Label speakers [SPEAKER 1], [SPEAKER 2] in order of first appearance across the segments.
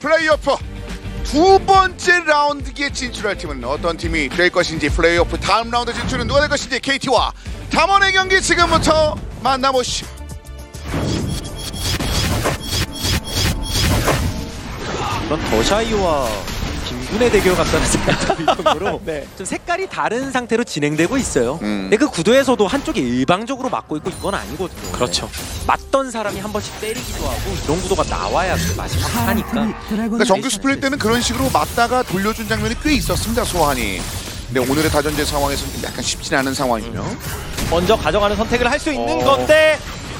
[SPEAKER 1] 플레이오프 두 번째 라운드에 진출할 팀은 어떤 팀이 될 것인지 플레이오프 다음 라운드 진출은 누가 될 것인지 KT와 담원의 경기 지금부터 만나보시죠.
[SPEAKER 2] 그런 더샤이와 김군의 대결 같다는 생각이 들 정도로
[SPEAKER 3] 네.
[SPEAKER 2] 좀 색깔이 다른 상태로 진행되고 있어요.
[SPEAKER 1] 음.
[SPEAKER 2] 근데 그 구도에서도 한쪽이 일방적으로 맞고 있고 이건 아니거든요.
[SPEAKER 3] 그렇죠.
[SPEAKER 2] 맞던 사람이 한 번씩 때리기도 하고 이런 구도가 나와야 그 맛이 확하니까
[SPEAKER 1] 그러니까 정규 스플릿 때는 그런 식으로 맞다가 돌려준 장면이 꽤 있었습니다. 소환이. 근데 오늘의 다전제 상황에서는 좀 약간 쉽진 않은 상황이며.
[SPEAKER 3] 먼저 가져가는 선택을 할 수 있는
[SPEAKER 2] 어.
[SPEAKER 3] 건데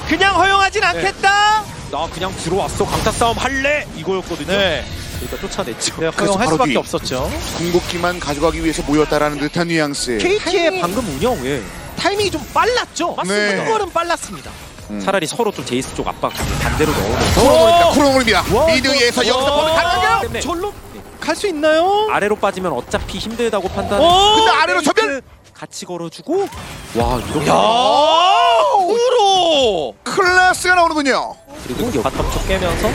[SPEAKER 3] 그냥 허용하진 않겠다.
[SPEAKER 2] 네. 나 그냥 들어왔어 강타 싸움 할래 이거였거든요.
[SPEAKER 3] 네.
[SPEAKER 2] 그러니까 쫓아냈죠.
[SPEAKER 3] 네,
[SPEAKER 1] 그래서
[SPEAKER 3] 허용할
[SPEAKER 1] 바로
[SPEAKER 3] 수밖에
[SPEAKER 1] 뒤.
[SPEAKER 3] 없었죠.
[SPEAKER 1] 궁극기만 가져가기 위해서 모였다라는 듯한 뉘앙스에
[SPEAKER 2] KT의
[SPEAKER 3] 그 타이밍이-
[SPEAKER 2] 방금 운영에
[SPEAKER 3] 타이밍이 좀 빨랐죠. 네.
[SPEAKER 1] 맞습니다.
[SPEAKER 3] 한 걸음 빨랐습니다.
[SPEAKER 1] 음.
[SPEAKER 2] 차라리 서로 좀 제이스 쪽 압박 반대로 넣어놓고
[SPEAKER 1] 코롱입니다. 코롱입니다.
[SPEAKER 3] 와,
[SPEAKER 1] 미드에서
[SPEAKER 3] 이거-
[SPEAKER 1] 여기서
[SPEAKER 3] 와.
[SPEAKER 1] 보면 가능해요.
[SPEAKER 2] 때문에
[SPEAKER 3] 절로 갈 수 있나요?
[SPEAKER 2] 네. 아래로 빠지면 어차피 힘들다고 판단해.
[SPEAKER 3] 오!
[SPEAKER 1] 근데 아래로
[SPEAKER 2] 페이크
[SPEAKER 1] 전면
[SPEAKER 2] 같이 걸어주고 와 이렇게
[SPEAKER 3] 야! 우로!
[SPEAKER 1] 클라스가 나오는군요.
[SPEAKER 2] 그리고 옆
[SPEAKER 3] 바텀 쪽 깨면서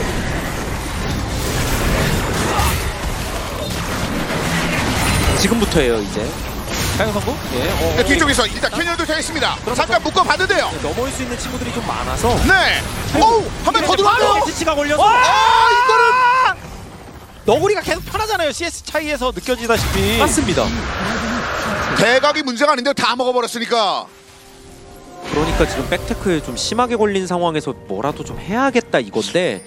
[SPEAKER 2] 지금부터예요 이제
[SPEAKER 3] 사용 성공?
[SPEAKER 2] 예, 어,
[SPEAKER 1] 네, 뒤쪽에서 일단 캐년도 되겠습니다.
[SPEAKER 2] 그럼
[SPEAKER 1] 잠깐 묶어 봤는데요.
[SPEAKER 2] 넘어올 수 있는 친구들이 좀 많아서
[SPEAKER 1] 네. 오, 한번 더 들어가요.
[SPEAKER 2] 스치가 걸려서
[SPEAKER 1] 아, 이거는
[SPEAKER 3] 너구리가 계속 편하잖아요. CS 차이에서 느껴지다시피.
[SPEAKER 2] 맞습니다
[SPEAKER 1] 대각이 문제가 아닌데 다 먹어버렸으니까.
[SPEAKER 2] 그러니까 지금 백테크에 좀 심하게 걸린 상황에서 뭐라도 좀 해야겠다 이건데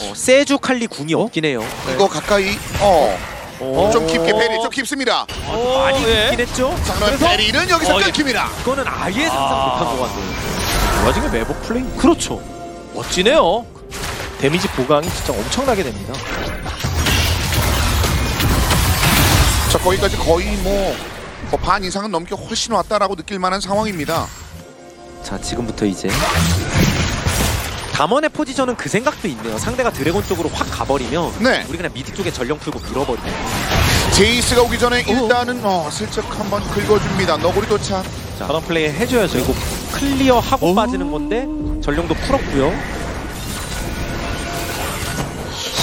[SPEAKER 2] 어, 세주 칼리 궁이 없긴 해요
[SPEAKER 1] 이거 가까이. 어.
[SPEAKER 2] 어,
[SPEAKER 1] 좀 깊게 베리 좀 깊습니다.
[SPEAKER 3] 어,
[SPEAKER 2] 많이
[SPEAKER 3] 예.
[SPEAKER 2] 깊긴 했죠
[SPEAKER 1] 자, 그럼
[SPEAKER 3] 그래서-
[SPEAKER 1] 베리는 여기서
[SPEAKER 3] 어, 예.
[SPEAKER 1] 끊깁니다.
[SPEAKER 2] 이거는 아예 상상
[SPEAKER 3] 아.
[SPEAKER 2] 못한 것 같네요
[SPEAKER 3] 뭐야 지금 매복 플레이? 그렇죠. 멋지네요. 데미지 보강이 진짜 엄청나게 됩니다.
[SPEAKER 1] 자, 거기까지 거의 뭐 반 이상은 넘게 훨씬 왔다라고 느낄 만한 상황입니다.
[SPEAKER 2] 자 지금부터 이제 담원의 포지션은 그 생각도 있네요 상대가 드래곤 쪽으로 확 가버리면
[SPEAKER 1] 네.
[SPEAKER 2] 우리 그냥 미드 쪽에 전령 풀고 밀어버리고
[SPEAKER 1] 제이스가 오기 전에 일단은 어, 슬쩍 한번 긁어줍니다. 너구리 도착.
[SPEAKER 3] 전원 플레이 해줘야죠.
[SPEAKER 2] 그리고 클리어 하고 빠지는 건데 전령도 풀었고요.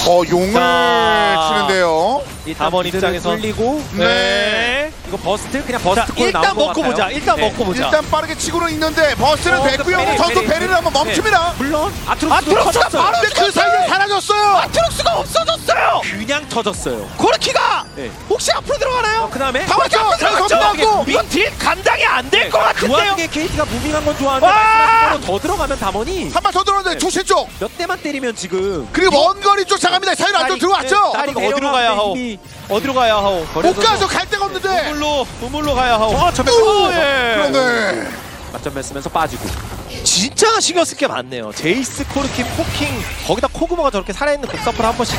[SPEAKER 1] 어, 용을
[SPEAKER 3] 자.
[SPEAKER 1] 치는데요.
[SPEAKER 2] 일단
[SPEAKER 3] 담원
[SPEAKER 2] 미드를
[SPEAKER 3] 입장에서.
[SPEAKER 2] 뚫리고
[SPEAKER 1] 네.
[SPEAKER 2] 이거 버스트 그냥 버스트 골
[SPEAKER 3] 일단
[SPEAKER 2] 나온 것
[SPEAKER 3] 먹고
[SPEAKER 2] 같아요.
[SPEAKER 3] 보자. 일단
[SPEAKER 2] 네.
[SPEAKER 3] 먹고 보자.
[SPEAKER 1] 일단 빠르게 치고는 있는데 버스는
[SPEAKER 2] 어,
[SPEAKER 1] 됐고요.
[SPEAKER 2] 베리,
[SPEAKER 1] 선수
[SPEAKER 2] 베리,
[SPEAKER 1] 베리를 한번
[SPEAKER 2] 베리.
[SPEAKER 1] 멈춥니다.
[SPEAKER 2] 물론
[SPEAKER 3] 아트록스가
[SPEAKER 2] 아트록스가 바로
[SPEAKER 1] 근데 그 사이에 사라졌어요.
[SPEAKER 3] 아트록스가 없어졌어요.
[SPEAKER 2] 그냥 터졌어요.
[SPEAKER 3] 고르키가
[SPEAKER 2] 네.
[SPEAKER 3] 혹시 앞으로 들어가나요?
[SPEAKER 2] 그다음에
[SPEAKER 1] 다 왔죠.
[SPEAKER 3] 들어갔죠?
[SPEAKER 1] 선수하고
[SPEAKER 3] 이건 딜 감당이 안 될 것
[SPEAKER 2] 그
[SPEAKER 3] 같은데요.
[SPEAKER 2] 와중에 KT가 무빙한 건 좋아하는데
[SPEAKER 3] 와!
[SPEAKER 2] 마지막 으로더 들어가면 담원이
[SPEAKER 1] 한 발 더
[SPEAKER 3] 네.
[SPEAKER 1] 들어오는데 조신 쪽
[SPEAKER 2] 몇 대만 때리면 지금
[SPEAKER 1] 그리고 먼 거리 쫓아갑니다. 사연 안쪽
[SPEAKER 2] 다리,
[SPEAKER 1] 들어왔죠.
[SPEAKER 2] 네, 다리가
[SPEAKER 3] 어디로
[SPEAKER 2] 내려가는데
[SPEAKER 3] 가야 하오?
[SPEAKER 2] 힘이
[SPEAKER 3] 어디로 가야 하오?
[SPEAKER 1] 못 가서 갈 데가 없는데.
[SPEAKER 3] 우물로 우물로 가야 하오.
[SPEAKER 2] 어, 전면
[SPEAKER 3] 오,
[SPEAKER 2] 오,
[SPEAKER 3] 예.
[SPEAKER 1] 그러네.
[SPEAKER 2] 맞점 맺으면서 빠지고
[SPEAKER 3] 진짜 신경 쓸 게 많네요. 제이스 코르키 포킹 거기다 코그모가 저렇게 살아있는 복사포를 한 번씩.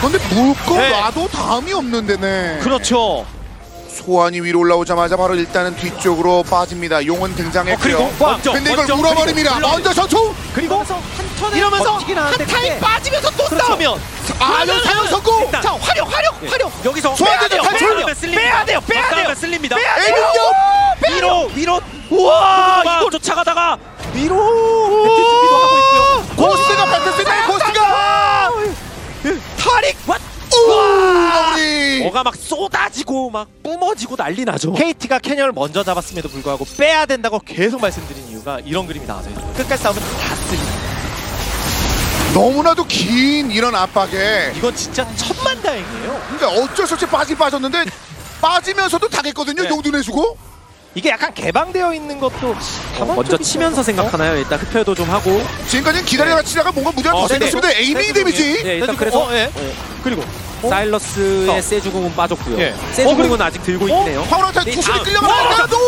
[SPEAKER 1] 근데 물고
[SPEAKER 3] 네.
[SPEAKER 1] 놔도 다음이 없는데네.
[SPEAKER 3] 그렇죠.
[SPEAKER 1] 소환이 위로 올라오자마자 바로 일단은 뒤쪽으로 빠집니다. 용은 등장했고요.
[SPEAKER 3] 어, 그리고 먼저,
[SPEAKER 1] 근데 이걸
[SPEAKER 3] 먼저,
[SPEAKER 1] 물어버립니다.
[SPEAKER 3] 그리고
[SPEAKER 1] 먼저 선수.
[SPEAKER 3] 그리고
[SPEAKER 2] 한 턴에
[SPEAKER 3] 이러면서
[SPEAKER 2] 버티긴 하는데 그렇죠.
[SPEAKER 3] 한 타임
[SPEAKER 2] 그게
[SPEAKER 3] 빠지면서 또 싸우면 예.
[SPEAKER 1] 아, 여기 사연 성공.
[SPEAKER 2] 일단
[SPEAKER 3] 자 활용 활용 활용
[SPEAKER 2] 여기서
[SPEAKER 1] 소환 대전 탈출!
[SPEAKER 3] 빼야 돼요, 빼야 돼요.
[SPEAKER 2] 면 쓸립니다.
[SPEAKER 3] 빼야 돼요.
[SPEAKER 1] 에밀리오.
[SPEAKER 2] 위로 위로
[SPEAKER 3] 우와
[SPEAKER 2] 이거
[SPEAKER 3] 이거
[SPEAKER 2] 쫓아가다가
[SPEAKER 3] 위로
[SPEAKER 2] 준비도 하고 있고요.
[SPEAKER 1] 고스트가 뱉었습니다. 고스트가.
[SPEAKER 3] 타릭 어?
[SPEAKER 1] 우리.
[SPEAKER 2] 뭐가 막 쏟아지고 막 뿜어지고 난리 나죠.
[SPEAKER 3] KT가 캐년을 먼저 잡았음에도 불구하고 빼야 된다고 계속 말씀드린 이유가 이런 그림이 나와서 끝까지 싸우면 다 쓸립니다.
[SPEAKER 1] 너무나도 긴 이런 압박에.
[SPEAKER 3] 이건 진짜 천만다행이에요.
[SPEAKER 1] 그러니까 어쩔 수 없이 빠지 빠졌는데 빠지면서도 당했거든요.
[SPEAKER 3] 네.
[SPEAKER 1] 용도 내주고.
[SPEAKER 3] 이게 약간 개방되어 있는 것도
[SPEAKER 2] 어, 먼저 치면서 생각하나요? 일단 흡혈도 좀 하고.
[SPEAKER 1] 지금까지는 기다리다가 치다가 뭔가 문제가
[SPEAKER 2] 어,
[SPEAKER 1] 더
[SPEAKER 2] 네,
[SPEAKER 1] 생겼습니다. 에이밍 데미지.
[SPEAKER 2] 네, 일단 그래서
[SPEAKER 3] 어, 예. 그리고
[SPEAKER 2] 사일러스의
[SPEAKER 3] 어.
[SPEAKER 2] 세주궁은 빠졌고요.
[SPEAKER 3] 예. 어,
[SPEAKER 2] 세주궁은
[SPEAKER 3] 그리고-
[SPEAKER 2] 아직 들고
[SPEAKER 3] 어?
[SPEAKER 2] 있네요.
[SPEAKER 1] 황홀한테
[SPEAKER 2] 네,
[SPEAKER 1] 두시이
[SPEAKER 2] 다음.
[SPEAKER 1] 끌려가다가 또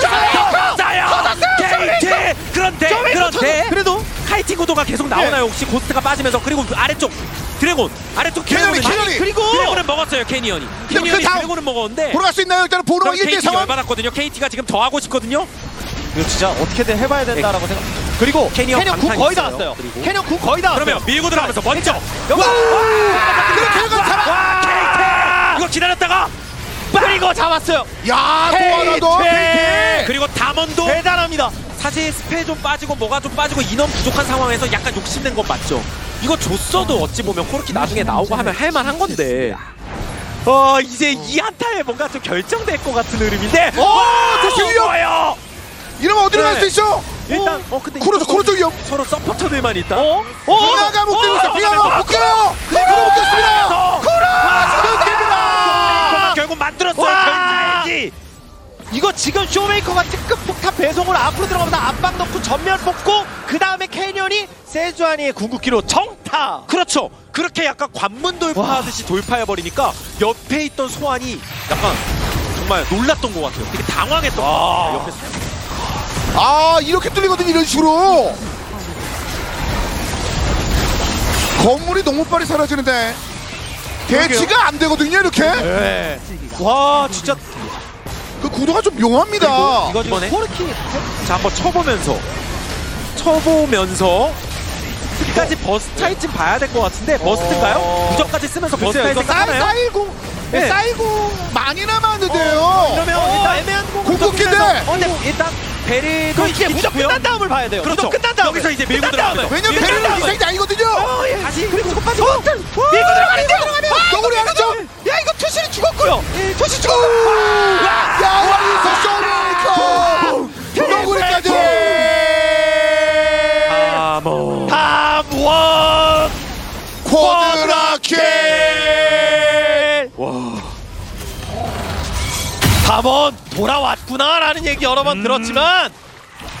[SPEAKER 2] 자야 KT 네, 그런데 그런데
[SPEAKER 3] 그래도
[SPEAKER 2] 카이팅 구도가 계속 나오나요? 혹시 고스트가 빠지면서 그리고 그 아래쪽 드래곤 아래쪽
[SPEAKER 1] 캐년이,
[SPEAKER 2] 드래곤을 많이-
[SPEAKER 1] 캐년이.
[SPEAKER 3] 그리고
[SPEAKER 2] 드래곤은 먹었어요 캐니언이
[SPEAKER 1] 근데
[SPEAKER 2] 캐니언이
[SPEAKER 1] 그 다음-
[SPEAKER 2] 드래곤은 먹었는데
[SPEAKER 1] 돌아갈 수 있나요? 일단은 보로
[SPEAKER 2] 그럼
[SPEAKER 1] 1대
[SPEAKER 2] KT
[SPEAKER 1] 상황.
[SPEAKER 2] 열받았거든요 KT가 지금 더 하고 싶거든요
[SPEAKER 3] 이거 진짜 어떻게든 해봐야 된다라고 생각. 그리고
[SPEAKER 2] 캐니언
[SPEAKER 3] 예. 캐년 국
[SPEAKER 2] 방탄
[SPEAKER 3] 거의 다
[SPEAKER 2] 있어요.
[SPEAKER 3] 왔어요.
[SPEAKER 2] 그리고-
[SPEAKER 3] 캐년 국 거의 다 왔어요.
[SPEAKER 2] 그러면 밀고 들어가면서 먼저
[SPEAKER 1] 와! 그렇게 해가 잡아.
[SPEAKER 2] KT 이거 기다렸다가
[SPEAKER 3] 그리고 잡았어요.
[SPEAKER 1] 야, 또 하나 더.
[SPEAKER 3] KT!
[SPEAKER 1] KT!
[SPEAKER 2] 그리고 담원도
[SPEAKER 3] 네. 대단합니다.
[SPEAKER 2] 사실 스페 좀 빠지고 뭐가 좀 빠지고 인원 부족한 상황에서 약간 욕심낸 건 맞죠. 이거 줬어도 어찌 보면 코르키 나중에 나오고 하면 할만한 건데. 어 이제 이 한타에 뭔가 좀 결정될 것 같은 흐름인데.
[SPEAKER 1] 어,
[SPEAKER 2] 와 들려요.
[SPEAKER 1] 이러면 어디로
[SPEAKER 2] 네.
[SPEAKER 1] 갈 수 있어?
[SPEAKER 2] 아, 일단 어 근데
[SPEAKER 1] 코너죠,
[SPEAKER 2] 이쪽은
[SPEAKER 1] 코너죠, 위험.
[SPEAKER 2] 서로 서포터들만 있다.
[SPEAKER 3] 어?
[SPEAKER 1] 누나가 못 뛰고 있어. 비가 못 가요. 비가 못 가요. 코너
[SPEAKER 2] 결국 만들었어요.
[SPEAKER 3] 와!
[SPEAKER 2] 결국까지.
[SPEAKER 3] 이거 지금 쇼메이커가 특급 폭탄 배송을 앞으로 들어가면서 압박 넣고 전면 뽑고 그 다음에 캐년이 세주아니의 궁극기로 정타.
[SPEAKER 2] 그렇죠. 그렇게 약간 관문 돌파하듯이 돌파해 버리니까 옆에 있던 소환이 약간 정말 놀랐던 것 같아요. 되게 당황했던 것 같아요. 옆에서.
[SPEAKER 1] 아 이렇게 뚫리거든 이런 식으로. 건물이 너무 빨리 사라지는데 대치가 안 되거든요 이렇게.
[SPEAKER 3] 네. 와 진짜
[SPEAKER 1] 그 구도가 좀 묘합니다.
[SPEAKER 2] 이거 이번에
[SPEAKER 3] 코르키
[SPEAKER 2] 자 한번 쳐보면서 쳐보면서 끝까지
[SPEAKER 3] 어.
[SPEAKER 2] 버스 차이쯤 봐야 될 것 같은데 버스인가요? 무적까지 쓰면서 버스
[SPEAKER 3] 글쎄요,
[SPEAKER 2] 차이
[SPEAKER 3] 이거
[SPEAKER 2] 생각하나요?
[SPEAKER 1] 쌓이고
[SPEAKER 2] 네.
[SPEAKER 1] 쌓이고 많이 남았는데요.
[SPEAKER 3] 그러면
[SPEAKER 2] 어,
[SPEAKER 3] 일단 애매한 공
[SPEAKER 1] 궁극기인데!
[SPEAKER 3] 어,
[SPEAKER 2] 근데 일단 베리
[SPEAKER 3] 그 이게 무적 끝난 다음을 봐야 돼요.
[SPEAKER 2] 그렇죠.
[SPEAKER 3] 무적 끝난 다음.
[SPEAKER 2] 여기서 이제 밀고 들어가죠.
[SPEAKER 1] 왜냐면
[SPEAKER 2] 밀고
[SPEAKER 1] 베르는
[SPEAKER 2] 들어가죠.
[SPEAKER 1] 기생이 아니거든요.
[SPEAKER 3] 다시 그리고 첫번째 밀고 들어가는데요.
[SPEAKER 1] 너구리 하나죠.
[SPEAKER 3] 야 이거 투신이 죽었고요.
[SPEAKER 1] 다시 예, 죽어. 야 여기서 쇼메이커 너구리까지.
[SPEAKER 2] 아, 뭐.
[SPEAKER 3] 다원
[SPEAKER 1] 쿼드라킬.
[SPEAKER 3] 다원 돌아왔구나라는 얘기 여러 번 들었지만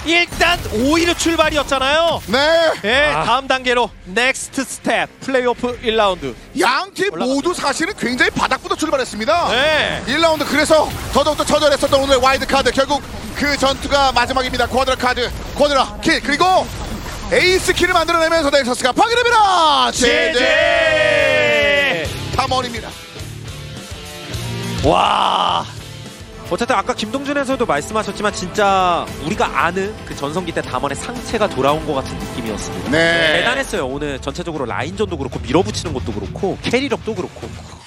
[SPEAKER 3] 일단 5위로 출발이었잖아요.
[SPEAKER 1] 네.
[SPEAKER 3] 예, 다음 단계로 넥스트 스텝 플레이오프 1라운드.
[SPEAKER 1] 양 팀
[SPEAKER 3] 올라갔어요.
[SPEAKER 1] 모두 사실은 굉장히 바닥부터 출발했습니다.
[SPEAKER 3] 네.
[SPEAKER 1] 1라운드 그래서 더더욱더 처절했었던 오늘의 와이드 카드 결국 그 전투가 마지막입니다. 쿼드라 카드, 쿼드라 킬 그리고 에이스 킬을 만들어내면서 넥서스가 파괴됩니다.
[SPEAKER 3] 제제.
[SPEAKER 1] 탐원입니다.
[SPEAKER 3] 와.
[SPEAKER 2] 어쨌든 아까 김동준에서도 말씀하셨지만 진짜 우리가 아는 그 전성기 때 담원의 상체가 돌아온 것 같은 느낌이었습니다.
[SPEAKER 1] 네.
[SPEAKER 2] 대단했어요. 오늘 전체적으로 라인전도 그렇고 밀어붙이는 것도 그렇고 캐리력도 그렇고.